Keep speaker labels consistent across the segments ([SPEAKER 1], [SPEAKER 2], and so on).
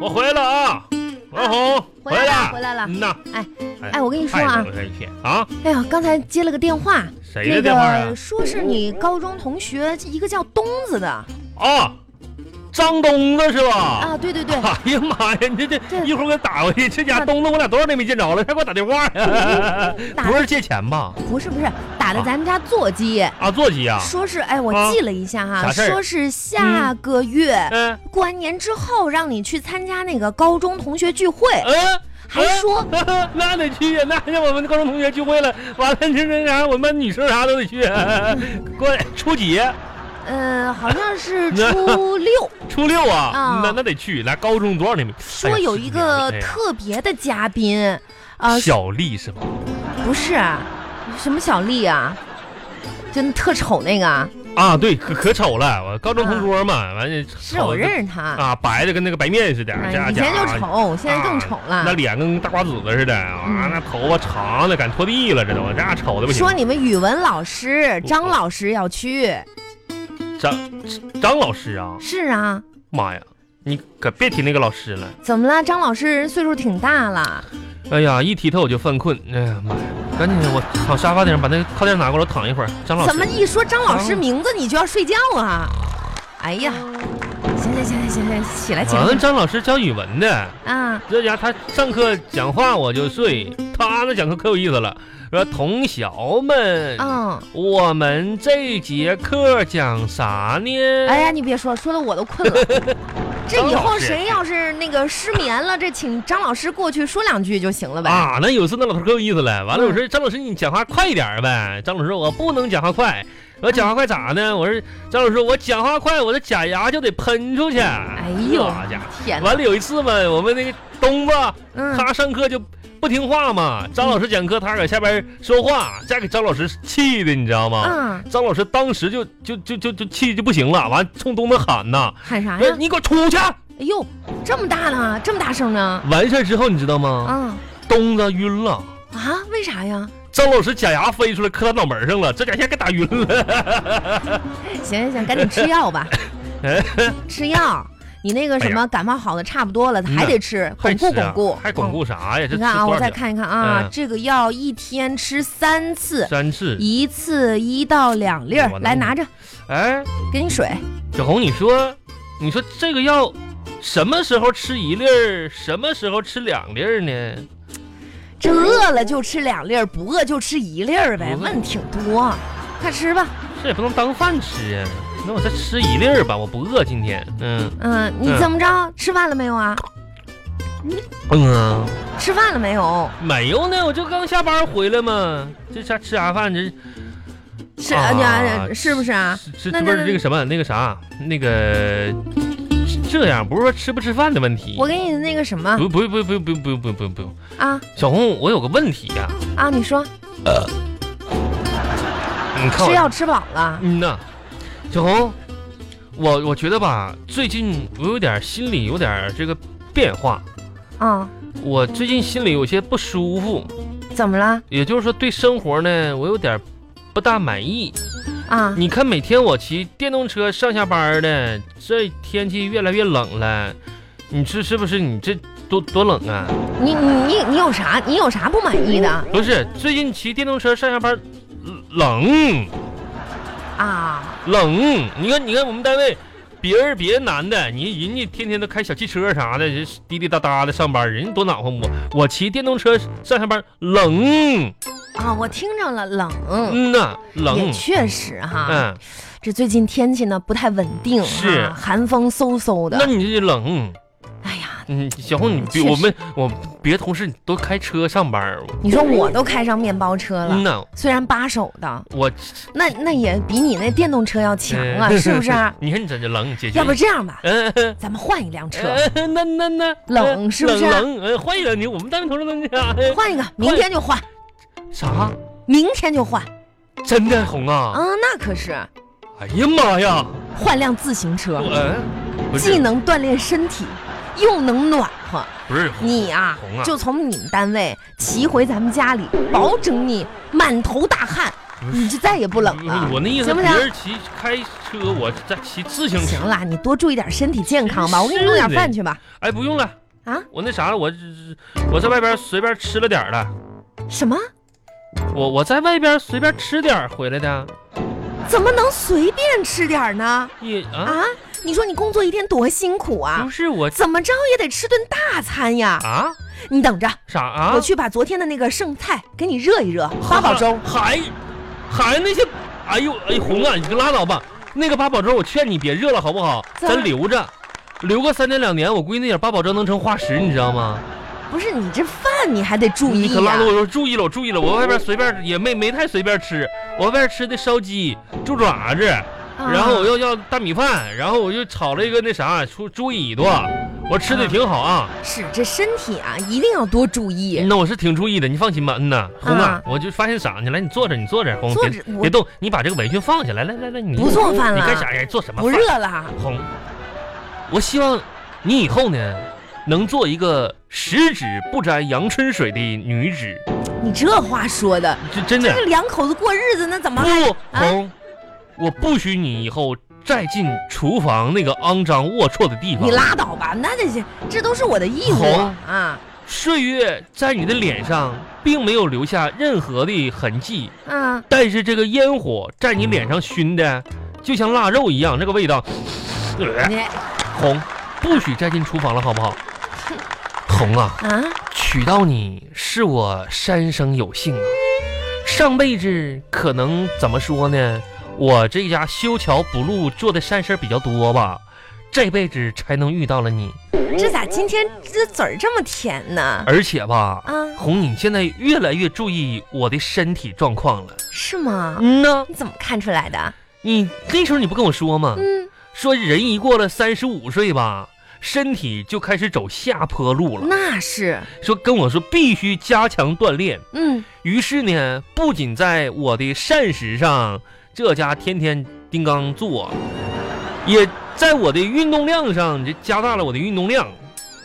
[SPEAKER 1] 我回来啊，文红
[SPEAKER 2] 回来了，回来了。
[SPEAKER 1] 嗯呐，
[SPEAKER 2] 哎哎，我跟你说啊
[SPEAKER 1] 太，冷了一天啊，
[SPEAKER 2] 哎呀，刚才接了个电话，
[SPEAKER 1] 谁
[SPEAKER 2] 那
[SPEAKER 1] 的电话啊
[SPEAKER 2] 个？说是你高中同学，一个叫东子的
[SPEAKER 1] 啊，张东子是吧？
[SPEAKER 2] 啊，对对对，
[SPEAKER 1] 哎呀妈呀！你这
[SPEAKER 2] 这
[SPEAKER 1] 这一会儿给我打回去，这家
[SPEAKER 2] 那
[SPEAKER 1] 东子我俩多少年没见着了，他给我打电话 呀？
[SPEAKER 2] 打
[SPEAKER 1] 不是借钱吧？
[SPEAKER 2] 不是不是，打的咱们家座机，
[SPEAKER 1] 啊，座机啊？
[SPEAKER 2] 说是哎，我
[SPEAKER 1] 啊
[SPEAKER 2] 记了一下哈，
[SPEAKER 1] 啥事儿
[SPEAKER 2] 说是下个月。
[SPEAKER 1] 嗯
[SPEAKER 2] 过完年之后，让你去参加那个高中同学聚会，
[SPEAKER 1] 嗯。
[SPEAKER 2] 还说
[SPEAKER 1] 嗯 那得去呀，那让我们高中同学聚会了，完了这那啥，我们班女生啥都得去。过来初几？
[SPEAKER 2] 呃，好像是初
[SPEAKER 1] 嗯
[SPEAKER 2] 六，
[SPEAKER 1] 初六啊
[SPEAKER 2] 啊？
[SPEAKER 1] 那那得去。来，高中多少年没？哎
[SPEAKER 2] 说
[SPEAKER 1] 呀
[SPEAKER 2] 有
[SPEAKER 1] 十
[SPEAKER 2] 一
[SPEAKER 1] 几年了
[SPEAKER 2] 个
[SPEAKER 1] 哎呀
[SPEAKER 2] 特别的嘉宾，啊，
[SPEAKER 1] 小丽是吧？
[SPEAKER 2] 不是，啊什么小丽啊，就那特丑那个啊，
[SPEAKER 1] 啊，对，可可丑了，我高中同桌嘛，完了
[SPEAKER 2] 是我
[SPEAKER 1] 丑的
[SPEAKER 2] 认识她，
[SPEAKER 1] 啊，白的跟那个白面似的，
[SPEAKER 2] 哎
[SPEAKER 1] 家
[SPEAKER 2] 以前就
[SPEAKER 1] 家
[SPEAKER 2] 丑，现在更丑
[SPEAKER 1] 啊那
[SPEAKER 2] 了。
[SPEAKER 1] 脸跟大瓜子子似的啊
[SPEAKER 2] 嗯，
[SPEAKER 1] 那头发长的敢拖地了，这都这样丑的不行
[SPEAKER 2] 说。你们语文老师张老师要去，
[SPEAKER 1] 张张老师啊，
[SPEAKER 2] 是啊，
[SPEAKER 1] 妈呀，你可别提那个老师了。
[SPEAKER 2] 怎么了？张老师人岁数挺大了，
[SPEAKER 1] 哎呀，一提他我就犯困。哎呀妈呀，赶紧我躺沙发顶上把那个靠垫拿过来，我躺一会儿。张老师啊
[SPEAKER 2] 怎么一说张老师
[SPEAKER 1] 张
[SPEAKER 2] 名字你就要睡觉啊？哎呀，行行行行行行，起来起来
[SPEAKER 1] 完了，
[SPEAKER 2] 起
[SPEAKER 1] 啊张老师教语文的，
[SPEAKER 2] 来啊！
[SPEAKER 1] 这家他上课讲话我就睡，
[SPEAKER 2] 嗯
[SPEAKER 1] 他那讲课可有意思了，说同学们，
[SPEAKER 2] 嗯，
[SPEAKER 1] 我们这节课讲啥呢？
[SPEAKER 2] 哎呀，你别说，说的我都困了。 这以
[SPEAKER 1] 张老
[SPEAKER 2] 后
[SPEAKER 1] 师
[SPEAKER 2] 谁要是那个失眠了，这请张老师过去说两句就行了呗。
[SPEAKER 1] 啊，那有一次那老头可有意思了。完了，
[SPEAKER 2] 哎嗯
[SPEAKER 1] 我说张老师你讲话快一点儿呗。张老师说我不能讲话快，我讲话快咋呢？我说张老师我讲话快，我的假牙就得喷出去。哎
[SPEAKER 2] 呦
[SPEAKER 1] 好家伙！
[SPEAKER 2] 天哪
[SPEAKER 1] 完，了有一次嘛，我们那个东子
[SPEAKER 2] 嗯，
[SPEAKER 1] 他上课就不听话嘛，张老师讲课他搁下边说话，这给张老师气的，你知道吗？
[SPEAKER 2] 嗯，
[SPEAKER 1] 张老师当时就就就就就气就不行了，完冲东子喊呐
[SPEAKER 2] 喊：“啥
[SPEAKER 1] 说
[SPEAKER 2] 呀？
[SPEAKER 1] 你给我出去
[SPEAKER 2] 哎呦，这么大呢，这么大声呢！！”
[SPEAKER 1] 完事儿之后你知道吗？
[SPEAKER 2] 啊
[SPEAKER 1] 东子晕了。
[SPEAKER 2] 啊，为啥呀？
[SPEAKER 1] 张老师假牙飞出来磕他脑门上了，这家伙给打晕
[SPEAKER 2] 哦
[SPEAKER 1] 了。
[SPEAKER 2] 行行行，赶紧吃药吧
[SPEAKER 1] 哎，
[SPEAKER 2] 吃药。你那个什么感冒好的差不多了，
[SPEAKER 1] 嗯呐
[SPEAKER 2] 还得吃，
[SPEAKER 1] 还
[SPEAKER 2] 巩固
[SPEAKER 1] 吃啊
[SPEAKER 2] 巩固，
[SPEAKER 1] 还巩固啥呀？
[SPEAKER 2] 嗯。
[SPEAKER 1] 这
[SPEAKER 2] 你看啊，
[SPEAKER 1] 吃多
[SPEAKER 2] 我
[SPEAKER 1] 少
[SPEAKER 2] 再
[SPEAKER 1] 遍
[SPEAKER 2] 看一看啊
[SPEAKER 1] 嗯，
[SPEAKER 2] 这个药一天吃三次，
[SPEAKER 1] 三次。
[SPEAKER 2] 一次一到两粒儿
[SPEAKER 1] 我。能
[SPEAKER 2] 来拿着，
[SPEAKER 1] 哎，
[SPEAKER 2] 给你水。
[SPEAKER 1] 小红，你说，你说这个药什么时候吃一粒儿，什么时候吃两粒儿呢？
[SPEAKER 2] 这饿了就吃两粒儿，不饿就吃一粒儿呗，
[SPEAKER 1] 不饿
[SPEAKER 2] 问挺多。快吃吧，
[SPEAKER 1] 这也不能当饭吃呀。那我再吃一粒儿吧，我不饿今天。嗯
[SPEAKER 2] 嗯，你
[SPEAKER 1] 嗯
[SPEAKER 2] 怎么着？吃饭了没有啊？
[SPEAKER 1] 嗯啊，
[SPEAKER 2] 吃饭了没有？
[SPEAKER 1] 没有呢，我就刚下班回来嘛。这下吃啥饭？这
[SPEAKER 2] 是
[SPEAKER 1] 啊
[SPEAKER 2] 啊，是不是啊？
[SPEAKER 1] 是是
[SPEAKER 2] 那
[SPEAKER 1] 不
[SPEAKER 2] 那
[SPEAKER 1] 是这个什么那个啥那个这样不是说吃不吃饭的问题。
[SPEAKER 2] 我给你那个什么
[SPEAKER 1] 不不不不不不不不不用，
[SPEAKER 2] 啊
[SPEAKER 1] 小红，我有个问题呀、
[SPEAKER 2] 啊，你说
[SPEAKER 1] 你看
[SPEAKER 2] 吃
[SPEAKER 1] 我，
[SPEAKER 2] 药吃饱了
[SPEAKER 1] 嗯呐，小红，我我觉得吧，最近我有点心里有点这个变化，
[SPEAKER 2] 啊？
[SPEAKER 1] 我最近心里有些不舒服，
[SPEAKER 2] 怎么了
[SPEAKER 1] 也就是说对生活呢，我有点不大满意。
[SPEAKER 2] 啊？
[SPEAKER 1] 你看每天我骑电动车上下班的，这天气越来越冷了，你这是不是你这多多冷啊？
[SPEAKER 2] 你你你你有啥？你有啥不满意的
[SPEAKER 1] 不是，最近骑电动车上下班冷。
[SPEAKER 2] 啊？
[SPEAKER 1] 冷，你看，你看我们单位，别人别的男的，你人家天天都开小汽车啥的，人滴滴答答的上班，人家多暖和我。我骑电动车上下班，冷，
[SPEAKER 2] 啊，我听着了，冷。
[SPEAKER 1] 嗯呐，冷
[SPEAKER 2] 哎也，啊确实哈，
[SPEAKER 1] 嗯，
[SPEAKER 2] 这最近天气呢不太稳定，
[SPEAKER 1] 是
[SPEAKER 2] 哈寒风嗖嗖
[SPEAKER 1] 那
[SPEAKER 2] 的。
[SPEAKER 1] 你这冷，
[SPEAKER 2] 哎呀，
[SPEAKER 1] 嗯，小红，你别
[SPEAKER 2] 确实
[SPEAKER 1] 我们我别的同事都开车上班，
[SPEAKER 2] 你说我都开上面包车了
[SPEAKER 1] 嗯，呐，
[SPEAKER 2] 虽然八手的，
[SPEAKER 1] 我
[SPEAKER 2] 那那也比你那电动车要强啊，
[SPEAKER 1] 呃
[SPEAKER 2] 是不是？
[SPEAKER 1] 你看你这这冷，姐姐，
[SPEAKER 2] 要不这样吧，
[SPEAKER 1] 嗯。 嗯
[SPEAKER 2] 咱们换一辆车，
[SPEAKER 1] 嗯那那那
[SPEAKER 2] 冷是不是啊
[SPEAKER 1] 冷冷，呃欢迎你，我们单位同事都那啥，呃
[SPEAKER 2] 换一个，明天就换，
[SPEAKER 1] 啥？
[SPEAKER 2] 明天就换
[SPEAKER 1] 真的红
[SPEAKER 2] 啊、
[SPEAKER 1] 啊？
[SPEAKER 2] 那可是
[SPEAKER 1] 哎呀妈呀！
[SPEAKER 2] 换辆自行车，
[SPEAKER 1] 嗯，不
[SPEAKER 2] 既
[SPEAKER 1] 是
[SPEAKER 2] 能锻炼身体，又能暖和。
[SPEAKER 1] 不是
[SPEAKER 2] 你呀、
[SPEAKER 1] 红啊
[SPEAKER 2] 就从你们单位骑回咱们家里，保证你满头大汗，你就再也不冷了。
[SPEAKER 1] 嗯我那意思，
[SPEAKER 2] 行不
[SPEAKER 1] 别
[SPEAKER 2] 行？
[SPEAKER 1] 人骑开车，我在骑自行
[SPEAKER 2] 行
[SPEAKER 1] 车。
[SPEAKER 2] 了，你多注意点身体健康吧。我给你弄点饭去吧。
[SPEAKER 1] 哎，不用了，
[SPEAKER 2] 啊？
[SPEAKER 1] 我那啥了，我我在外边随便吃了点儿了，
[SPEAKER 2] 什么？
[SPEAKER 1] 我我在外边随便吃点儿回来的。
[SPEAKER 2] 怎么能随便吃点儿呢？
[SPEAKER 1] 也啊，
[SPEAKER 2] 啊？你说你工作一天多辛苦啊
[SPEAKER 1] 不，是我
[SPEAKER 2] 怎么着也得吃顿大餐呀。
[SPEAKER 1] 啊
[SPEAKER 2] 你等着，
[SPEAKER 1] 啥啊？
[SPEAKER 2] 我去把昨天的那个剩菜给你热一热，八宝粥。
[SPEAKER 1] 还还那些，哎呦哎红啊，你就拉倒吧。那个八宝粥，我劝你别热了，好不好？
[SPEAKER 2] 咋了
[SPEAKER 1] 咱留着，留个三年两年，我估计那点八宝粥能成化石，你知道吗？
[SPEAKER 2] 不是你这饭你还得注意
[SPEAKER 1] 你可
[SPEAKER 2] 呀、
[SPEAKER 1] 拉着我说注意了，我注意了，我外边随便也没没太随便吃，我外边吃的烧鸡、猪爪子，
[SPEAKER 2] 啊
[SPEAKER 1] 然后我又要大米饭，然后我又炒了一个那啥猪猪尾朵，我吃的挺好啊。
[SPEAKER 2] 是这身体啊，一定要多注意。
[SPEAKER 1] 那我是挺注意的，你放心吧。嗯呐，红
[SPEAKER 2] 啊
[SPEAKER 1] 啊，我就发现啥呢？来，你坐着，你坐着，红，
[SPEAKER 2] 坐
[SPEAKER 1] 别
[SPEAKER 2] 着我
[SPEAKER 1] 别动，你把这个围裙放下来。来来来，你
[SPEAKER 2] 不做饭
[SPEAKER 1] 你
[SPEAKER 2] 了
[SPEAKER 1] 干啥呀？做什么
[SPEAKER 2] 不
[SPEAKER 1] 饭？
[SPEAKER 2] 热了，啊
[SPEAKER 1] 红，我希望你以后呢，能做一个十指不沾阳春水的女子，
[SPEAKER 2] 你这话说的，
[SPEAKER 1] 这真的
[SPEAKER 2] 这。个两口子过日子那怎么还？
[SPEAKER 1] 不，
[SPEAKER 2] 啊
[SPEAKER 1] 红，我不许你以后再进厨房那个肮脏龌龊的地方
[SPEAKER 2] 你。拉倒吧，那这些这都是我的义务
[SPEAKER 1] 红
[SPEAKER 2] 啊
[SPEAKER 1] 岁月在你的脸上并没有留下任何的痕迹，
[SPEAKER 2] 啊！
[SPEAKER 1] 但是这个烟火在你脸上熏的，就像腊肉一样，那个味道。呃
[SPEAKER 2] 嗯你
[SPEAKER 1] 红，不许再进厨房了，好不好？红啊，
[SPEAKER 2] 啊，
[SPEAKER 1] 娶到你是我三生有幸啊！上辈子可能怎么说呢？我这家修桥补路做的善事儿比较多吧，这辈子才能遇到了你。
[SPEAKER 2] 这咋今天这嘴儿这么甜呢？
[SPEAKER 1] 而且吧，
[SPEAKER 2] 啊，
[SPEAKER 1] 红，你现在越来越注意我的身体状况了。
[SPEAKER 2] 是吗？
[SPEAKER 1] 嗯呐，
[SPEAKER 2] 你怎么看出来的？
[SPEAKER 1] 你那时候你不跟我说吗？
[SPEAKER 2] 嗯，
[SPEAKER 1] 说人一过了三十五岁吧，身体就开始走下坡路了。
[SPEAKER 2] 那是，
[SPEAKER 1] 说跟我说必须加强锻炼。
[SPEAKER 2] 嗯，
[SPEAKER 1] 于是呢，不仅在我的膳食上，这家天天叮当做，也在我的运动量上，这加大了我的运动量。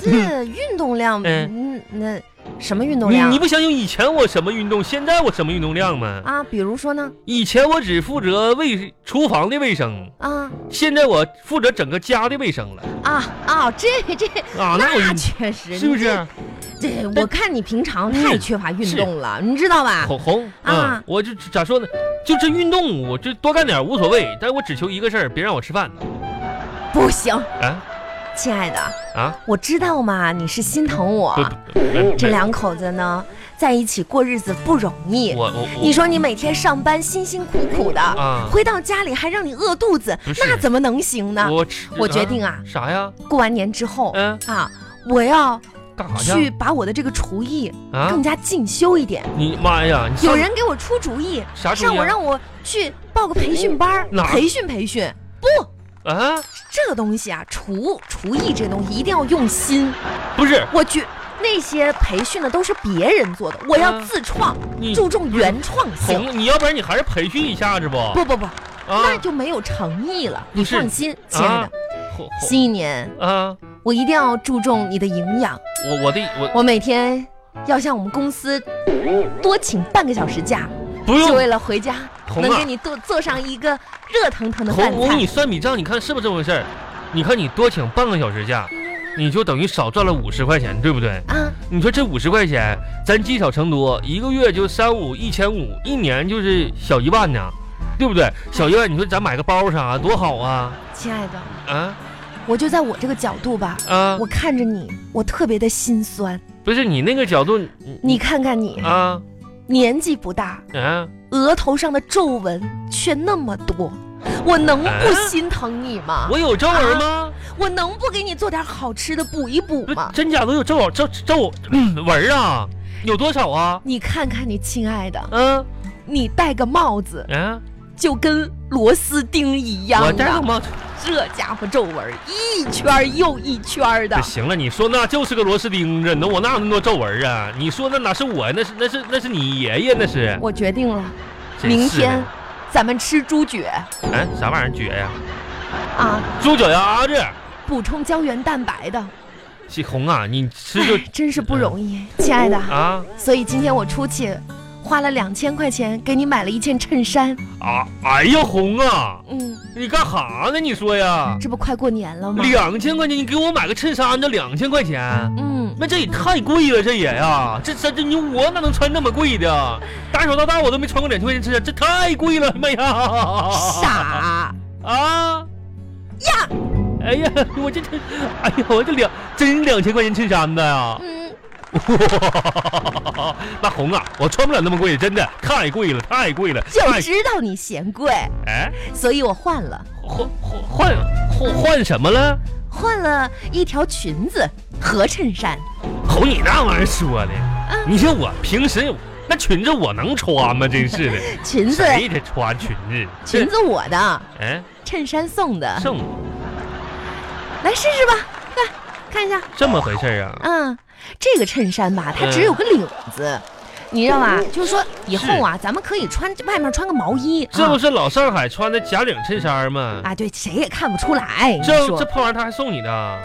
[SPEAKER 2] 这运动量，嗯
[SPEAKER 1] 嗯，
[SPEAKER 2] 那什么运动
[SPEAKER 1] 你
[SPEAKER 2] 量
[SPEAKER 1] 你不相信以前我什么运动，现在我什么运动量吗？
[SPEAKER 2] 啊？比如说呢？
[SPEAKER 1] 以前我只负责卫厨房的卫生，
[SPEAKER 2] 啊
[SPEAKER 1] 现在我负责整个家的卫生了
[SPEAKER 2] 啊啊！这这
[SPEAKER 1] 啊！那我
[SPEAKER 2] 那 确实，
[SPEAKER 1] 是不
[SPEAKER 2] 你
[SPEAKER 1] 是
[SPEAKER 2] 这？这
[SPEAKER 1] 但
[SPEAKER 2] 我看你平常太
[SPEAKER 1] 嗯
[SPEAKER 2] 缺乏运动了，你知道吧？
[SPEAKER 1] 红红
[SPEAKER 2] 啊
[SPEAKER 1] 嗯我就咋说呢？就这运动，我就多干点无所谓，但我只求一个事儿，别让我吃饭
[SPEAKER 2] 不行，
[SPEAKER 1] 啊
[SPEAKER 2] 亲爱的，
[SPEAKER 1] 啊！
[SPEAKER 2] 我知道嘛，你是心疼
[SPEAKER 1] 不
[SPEAKER 2] 我。
[SPEAKER 1] 不不
[SPEAKER 2] 啊这两口子呢，在一起过日子不容易。
[SPEAKER 1] 我我我
[SPEAKER 2] 你说你每天上班辛辛苦苦的，
[SPEAKER 1] 啊
[SPEAKER 2] 回到家里还让你饿肚子，
[SPEAKER 1] 不是
[SPEAKER 2] 那怎么能行呢？
[SPEAKER 1] 我吃
[SPEAKER 2] 我决定啊
[SPEAKER 1] 啥呀？
[SPEAKER 2] 过完年之后、
[SPEAKER 1] 嗯，
[SPEAKER 2] 啊，我要
[SPEAKER 1] 干啥
[SPEAKER 2] 去
[SPEAKER 1] 去
[SPEAKER 2] 把我的这个厨艺
[SPEAKER 1] 啊
[SPEAKER 2] 更？加进修一点。
[SPEAKER 1] 你妈呀！你上
[SPEAKER 2] 有人给我出主意，
[SPEAKER 1] 啥主意啊
[SPEAKER 2] 让我让我去报个培训班儿
[SPEAKER 1] 哪儿
[SPEAKER 2] 培训培训。
[SPEAKER 1] 啊？
[SPEAKER 2] 这个东西啊，厨厨艺这东西一定要用心。
[SPEAKER 1] 不是
[SPEAKER 2] 我去，那些培训的都是别人做的，我要自创，
[SPEAKER 1] 你
[SPEAKER 2] 注重原创性。
[SPEAKER 1] 嗯红，你要不然你还是培训一下子不？
[SPEAKER 2] 不不不，那
[SPEAKER 1] 啊，
[SPEAKER 2] 就没有诚意了。
[SPEAKER 1] 不
[SPEAKER 2] 你
[SPEAKER 1] 是啊
[SPEAKER 2] 放心，亲爱的，
[SPEAKER 1] 红
[SPEAKER 2] 新一年
[SPEAKER 1] 红啊，
[SPEAKER 2] 我一定要注重你的营养，
[SPEAKER 1] 我我的我
[SPEAKER 2] 我每天要向我们公司多请半个小时假，
[SPEAKER 1] 不
[SPEAKER 2] 就
[SPEAKER 1] 用
[SPEAKER 2] 为了回家
[SPEAKER 1] 红
[SPEAKER 2] 能
[SPEAKER 1] 啊
[SPEAKER 2] 给你做做上一个热腾腾的饭
[SPEAKER 1] 红，我给
[SPEAKER 2] 菜
[SPEAKER 1] 你。算笔账，你看是不是这么回事儿？你看你多请半个小时假，你就等于少赚了五十块钱，对不对？
[SPEAKER 2] 啊，
[SPEAKER 1] 你说这五十块钱，咱积少成多，一个月就三五一千五，一年就是小一万呢，对不对？小一万，你说咱买个包啥多好啊
[SPEAKER 2] 亲爱的，
[SPEAKER 1] 啊
[SPEAKER 2] 我就在我这个角度吧，
[SPEAKER 1] 啊！
[SPEAKER 2] 我看着你，我特别的心酸。
[SPEAKER 1] 不是你那个角度，你
[SPEAKER 2] 你看看你，
[SPEAKER 1] 啊
[SPEAKER 2] 年纪不大，
[SPEAKER 1] 啊，
[SPEAKER 2] 额头上的皱纹却那么多，我能不心疼你吗？
[SPEAKER 1] 哎我有皱纹吗？
[SPEAKER 2] 我能不给你做点好吃的补一补
[SPEAKER 1] 不
[SPEAKER 2] 吗，？
[SPEAKER 1] 真假都有皱纹皱皱纹儿啊，有多少啊？
[SPEAKER 2] 你看看你亲爱的，
[SPEAKER 1] 嗯
[SPEAKER 2] 你戴个帽子
[SPEAKER 1] 嗯，
[SPEAKER 2] 就跟螺丝钉一样
[SPEAKER 1] 我戴个
[SPEAKER 2] 的，
[SPEAKER 1] 帽子。
[SPEAKER 2] 这家伙皱纹一圈又一圈的
[SPEAKER 1] 这。行了，你说那就是个螺丝钉子，那我哪有那么多皱纹啊？你说那哪是我呀？那是那是那是你爷爷那是。
[SPEAKER 2] 我决定了，
[SPEAKER 1] 真
[SPEAKER 2] 明
[SPEAKER 1] 是的
[SPEAKER 2] 天咱们吃猪血
[SPEAKER 1] 嗯，啥玩意儿撅呀？
[SPEAKER 2] 啊，
[SPEAKER 1] 猪脚丫子，
[SPEAKER 2] 补充胶原蛋白的。
[SPEAKER 1] 这红啊，你吃
[SPEAKER 2] 哎
[SPEAKER 1] 就 嗯
[SPEAKER 2] 真是不容易，亲爱的。
[SPEAKER 1] 啊
[SPEAKER 2] 所以今天我出去花了两千块钱给你买了一件衬衫。
[SPEAKER 1] 啊，哎呀，红啊，
[SPEAKER 2] 嗯，
[SPEAKER 1] 你干哈呢？你说呀，
[SPEAKER 2] 这不快过年了吗？
[SPEAKER 1] 两千块钱，你给我买个衬衫，这两千块钱，
[SPEAKER 2] 嗯，
[SPEAKER 1] 那这也太贵了，这也呀，这这这你我哪能穿那么贵的？打小到大我都没穿过两千块钱衬衫，这太贵了， 妈呀！
[SPEAKER 2] 傻，
[SPEAKER 1] 啊呀！哎呀， 我这这，哎呀，我这两真两千块钱衬衫的呀！
[SPEAKER 2] 嗯，
[SPEAKER 1] 哇，那红啊，我穿不了那么贵，真的太贵了，太贵了，
[SPEAKER 2] 就
[SPEAKER 1] 太
[SPEAKER 2] 知道你嫌贵，
[SPEAKER 1] 哎，
[SPEAKER 2] 所以我换了，
[SPEAKER 1] 换换换换换什么了？
[SPEAKER 2] 换了一条裙子和衬衫。
[SPEAKER 1] 红，你那玩意儿说的
[SPEAKER 2] 嗯，
[SPEAKER 1] 你像我平时那裙子我能穿吗？真是的，
[SPEAKER 2] 裙子，
[SPEAKER 1] 谁得穿裙子？
[SPEAKER 2] 裙子嗯我的，
[SPEAKER 1] 这，哎，
[SPEAKER 2] 衬衫送的，
[SPEAKER 1] 送我
[SPEAKER 2] 来试试吧，来看一下。
[SPEAKER 1] 这么回事儿啊？
[SPEAKER 2] 嗯，这个衬衫吧，它
[SPEAKER 1] 嗯
[SPEAKER 2] 只有个领子，你知道吧？就是说以后啊，咱们可以穿外面穿个毛衣，
[SPEAKER 1] 这
[SPEAKER 2] 啊
[SPEAKER 1] 不是老上海穿的假领衬衫吗？
[SPEAKER 2] 啊，对，谁也看不出来。你
[SPEAKER 1] 这
[SPEAKER 2] 说
[SPEAKER 1] 这破玩意儿他还送你呢？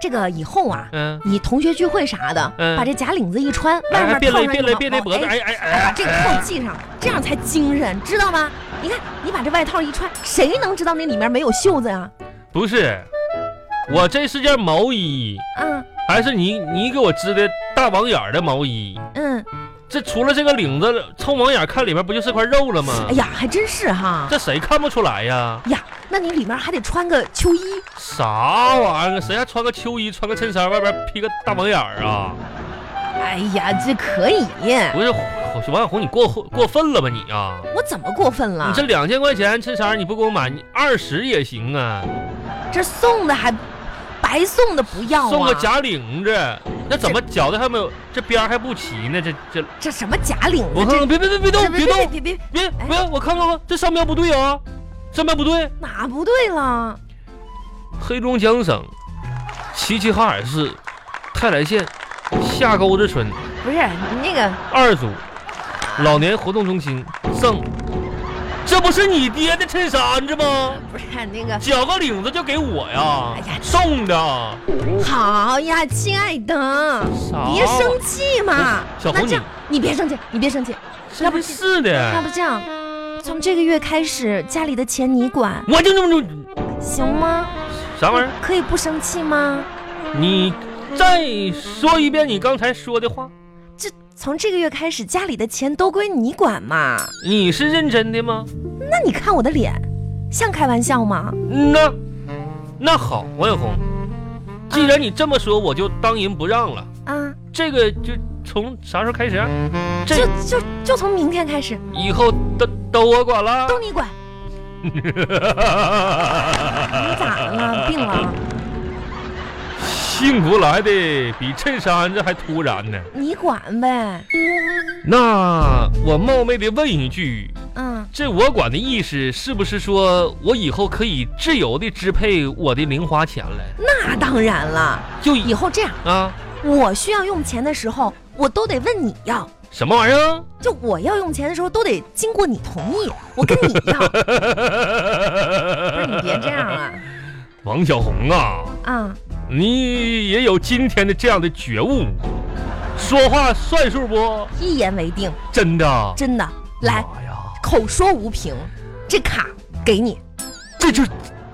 [SPEAKER 2] 这个以后啊，
[SPEAKER 1] 嗯，
[SPEAKER 2] 你同学聚会啥的，
[SPEAKER 1] 嗯
[SPEAKER 2] 把这假领子一穿，外面
[SPEAKER 1] 哎别
[SPEAKER 2] 套
[SPEAKER 1] 勒
[SPEAKER 2] 上
[SPEAKER 1] 别
[SPEAKER 2] 一
[SPEAKER 1] 勒
[SPEAKER 2] 个
[SPEAKER 1] 别勒
[SPEAKER 2] 毛
[SPEAKER 1] 脖子，
[SPEAKER 2] 哎
[SPEAKER 1] 哎哎哎
[SPEAKER 2] 哎，把
[SPEAKER 1] 哎，
[SPEAKER 2] 这个扣系上，这样才精神，知道吗？你看，你把这外套一穿，谁能知道那里面没有袖子呀？
[SPEAKER 1] 不是，我这是件毛衣，
[SPEAKER 2] 啊，
[SPEAKER 1] 还是你你给我织的大网眼儿的毛衣？
[SPEAKER 2] 嗯，
[SPEAKER 1] 这除了这个领子，冲网眼看里面不就是块肉了吗？
[SPEAKER 2] 哎呀，还真是哈。
[SPEAKER 1] 这谁看不出来呀？
[SPEAKER 2] 呀，那你里面还得穿个秋衣，
[SPEAKER 1] 啥玩意儿？谁还穿个秋衣，穿个衬衫，外边披个大网眼儿啊？
[SPEAKER 2] 哎呀，这可以，
[SPEAKER 1] 不是，王小红，你过过分了吧你啊？
[SPEAKER 2] 我怎么过分了？
[SPEAKER 1] 你这两千块钱衬衫你不给我买，你二十也行啊，
[SPEAKER 2] 这送的还白送的不要啊？
[SPEAKER 1] 送个假领子，那怎么绞的还没有这边儿还不齐呢？这这
[SPEAKER 2] 这什么假领子？
[SPEAKER 1] 我看看，别别别别
[SPEAKER 2] 这
[SPEAKER 1] 动，别
[SPEAKER 2] 别
[SPEAKER 1] 动，
[SPEAKER 2] 别别别，
[SPEAKER 1] 别
[SPEAKER 2] 哎
[SPEAKER 1] 别，我看看吧，这商标不对啊，商标不对。
[SPEAKER 2] 哪不对了？
[SPEAKER 1] 黑龙江省齐齐哈尔市泰来县下沟子村
[SPEAKER 2] 不是你那个
[SPEAKER 1] 二组老年活动中心赠，这不是你爹的衬衫子吗？
[SPEAKER 2] 不是那个，
[SPEAKER 1] 绞个领子就给我呀
[SPEAKER 2] 哎呀，
[SPEAKER 1] 送的啊。
[SPEAKER 2] 好呀，亲爱的，
[SPEAKER 1] 啥
[SPEAKER 2] 别生气嘛。
[SPEAKER 1] 哦小
[SPEAKER 2] 那
[SPEAKER 1] 红你
[SPEAKER 2] 这
[SPEAKER 1] 哎
[SPEAKER 2] 样，你别生气，你别生气。要
[SPEAKER 1] 要
[SPEAKER 2] 不
[SPEAKER 1] 不是
[SPEAKER 2] 要不
[SPEAKER 1] 的，
[SPEAKER 2] 这样，从这个月开始，家里的钱你管，
[SPEAKER 1] 我就这么就
[SPEAKER 2] 行吗？
[SPEAKER 1] 啥玩意
[SPEAKER 2] 可以不生气吗？
[SPEAKER 1] 儿？你再说一遍你刚才说的话，
[SPEAKER 2] 这从这个月开始，家里的钱都归你管嘛。
[SPEAKER 1] 你是认真的吗？
[SPEAKER 2] 那你看我的脸，像开玩笑吗？
[SPEAKER 1] 那那好，王小红，既然你这么说，我就当仁不让了。
[SPEAKER 2] 啊，
[SPEAKER 1] 这个就从啥时候开始、啊？
[SPEAKER 2] 就
[SPEAKER 1] 这
[SPEAKER 2] 就就从明天开始，
[SPEAKER 1] 以后都都我管了。
[SPEAKER 2] 都你管，
[SPEAKER 1] 啊
[SPEAKER 2] 你咋了？病了？
[SPEAKER 1] 幸福来的比衬衫这还突然呢。
[SPEAKER 2] 你管呗。
[SPEAKER 1] 那我冒昧的问一句，
[SPEAKER 2] 嗯，
[SPEAKER 1] 这我管的意思是不是说我以后可以自由的支配我的零花钱了？
[SPEAKER 2] 那当然了。
[SPEAKER 1] 就
[SPEAKER 2] 以
[SPEAKER 1] 以
[SPEAKER 2] 后这样，
[SPEAKER 1] 啊
[SPEAKER 2] 我需要用钱的时候，我都得问你要。
[SPEAKER 1] 什么玩意儿？
[SPEAKER 2] 就我要用钱的时候，都得经过你同 意，我跟你要。不是你别这样啊！
[SPEAKER 1] 王小红啊，
[SPEAKER 2] 啊，
[SPEAKER 1] 你也有今天的这样的觉悟，说话算数不？
[SPEAKER 2] 一言为定，
[SPEAKER 1] 真的，
[SPEAKER 2] 真的。来，
[SPEAKER 1] 妈呀，
[SPEAKER 2] 口说无凭，这卡给你。
[SPEAKER 1] 这就是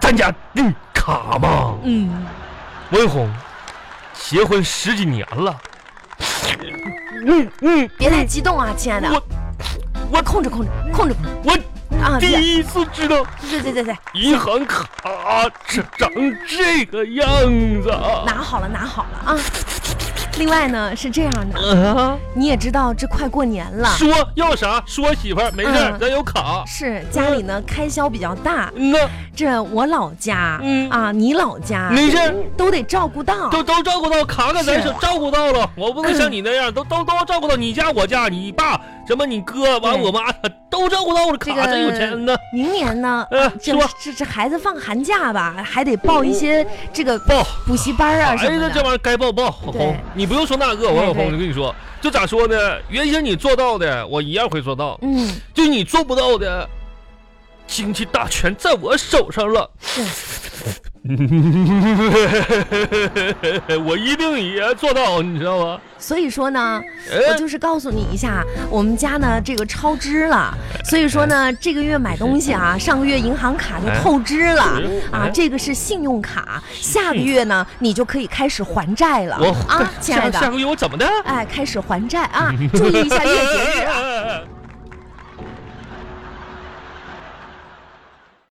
[SPEAKER 1] 咱家那卡吗？
[SPEAKER 2] 嗯，
[SPEAKER 1] 文红，结婚十几年了，嗯嗯，
[SPEAKER 2] 别太激动啊，亲爱的。
[SPEAKER 1] 我嗯我
[SPEAKER 2] 控制控制控制控制
[SPEAKER 1] 我
[SPEAKER 2] 啊！
[SPEAKER 1] 第
[SPEAKER 2] 别
[SPEAKER 1] 一次知道
[SPEAKER 2] 对对对对，
[SPEAKER 1] 银行卡长长这个样子啊
[SPEAKER 2] 拿好了，拿好了啊！另外呢，是这样的，
[SPEAKER 1] 啊！
[SPEAKER 2] 你也知道这快过年了，
[SPEAKER 1] 说要啥说媳妇儿没事儿，
[SPEAKER 2] 嗯
[SPEAKER 1] 咱有卡。
[SPEAKER 2] 是家里呢开销比较大，
[SPEAKER 1] 那
[SPEAKER 2] 这我老家、
[SPEAKER 1] 嗯
[SPEAKER 2] 啊，你老家
[SPEAKER 1] 没事儿，
[SPEAKER 2] 都得照顾到。
[SPEAKER 1] 都都照顾到卡卡咱
[SPEAKER 2] 是啊嗯
[SPEAKER 1] 手照顾到了，我不能像你那样，都都都照顾到你家我家，你爸什么你哥完
[SPEAKER 2] 对
[SPEAKER 1] 我妈都照顾到了，
[SPEAKER 2] 这
[SPEAKER 1] 卡真有
[SPEAKER 2] 个
[SPEAKER 1] 钱呢。
[SPEAKER 2] 明年 呢，
[SPEAKER 1] 呃
[SPEAKER 2] 啊这
[SPEAKER 1] 说
[SPEAKER 2] 这这孩子放寒假吧，还得报一些这个
[SPEAKER 1] 报
[SPEAKER 2] 补习班啊什
[SPEAKER 1] 哎，
[SPEAKER 2] 么
[SPEAKER 1] 那这
[SPEAKER 2] 的。
[SPEAKER 1] 玩意儿该报报，红，你不用说那个，王小
[SPEAKER 2] 对
[SPEAKER 1] 红，我跟你说，就咋说呢？原先你做到的，我一样会做到；
[SPEAKER 2] 嗯，
[SPEAKER 1] 就你做不到的，经济大权在我手上了。
[SPEAKER 2] 是
[SPEAKER 1] 我一定也做到，你知道吗？
[SPEAKER 2] 所以说呢，我
[SPEAKER 1] 哎，
[SPEAKER 2] 就是告诉你一下，我们家呢这个超支了，所以说呢这个月买东西啊，上个月银行卡就透支了
[SPEAKER 1] 哎
[SPEAKER 2] 啊，这个是信用卡，下个月呢你就可以开始还债了
[SPEAKER 1] 我
[SPEAKER 2] 啊，亲爱
[SPEAKER 1] 下下
[SPEAKER 2] 的，
[SPEAKER 1] 个月我怎么的？
[SPEAKER 2] 哎，开始还债啊，注意一下月节日啊。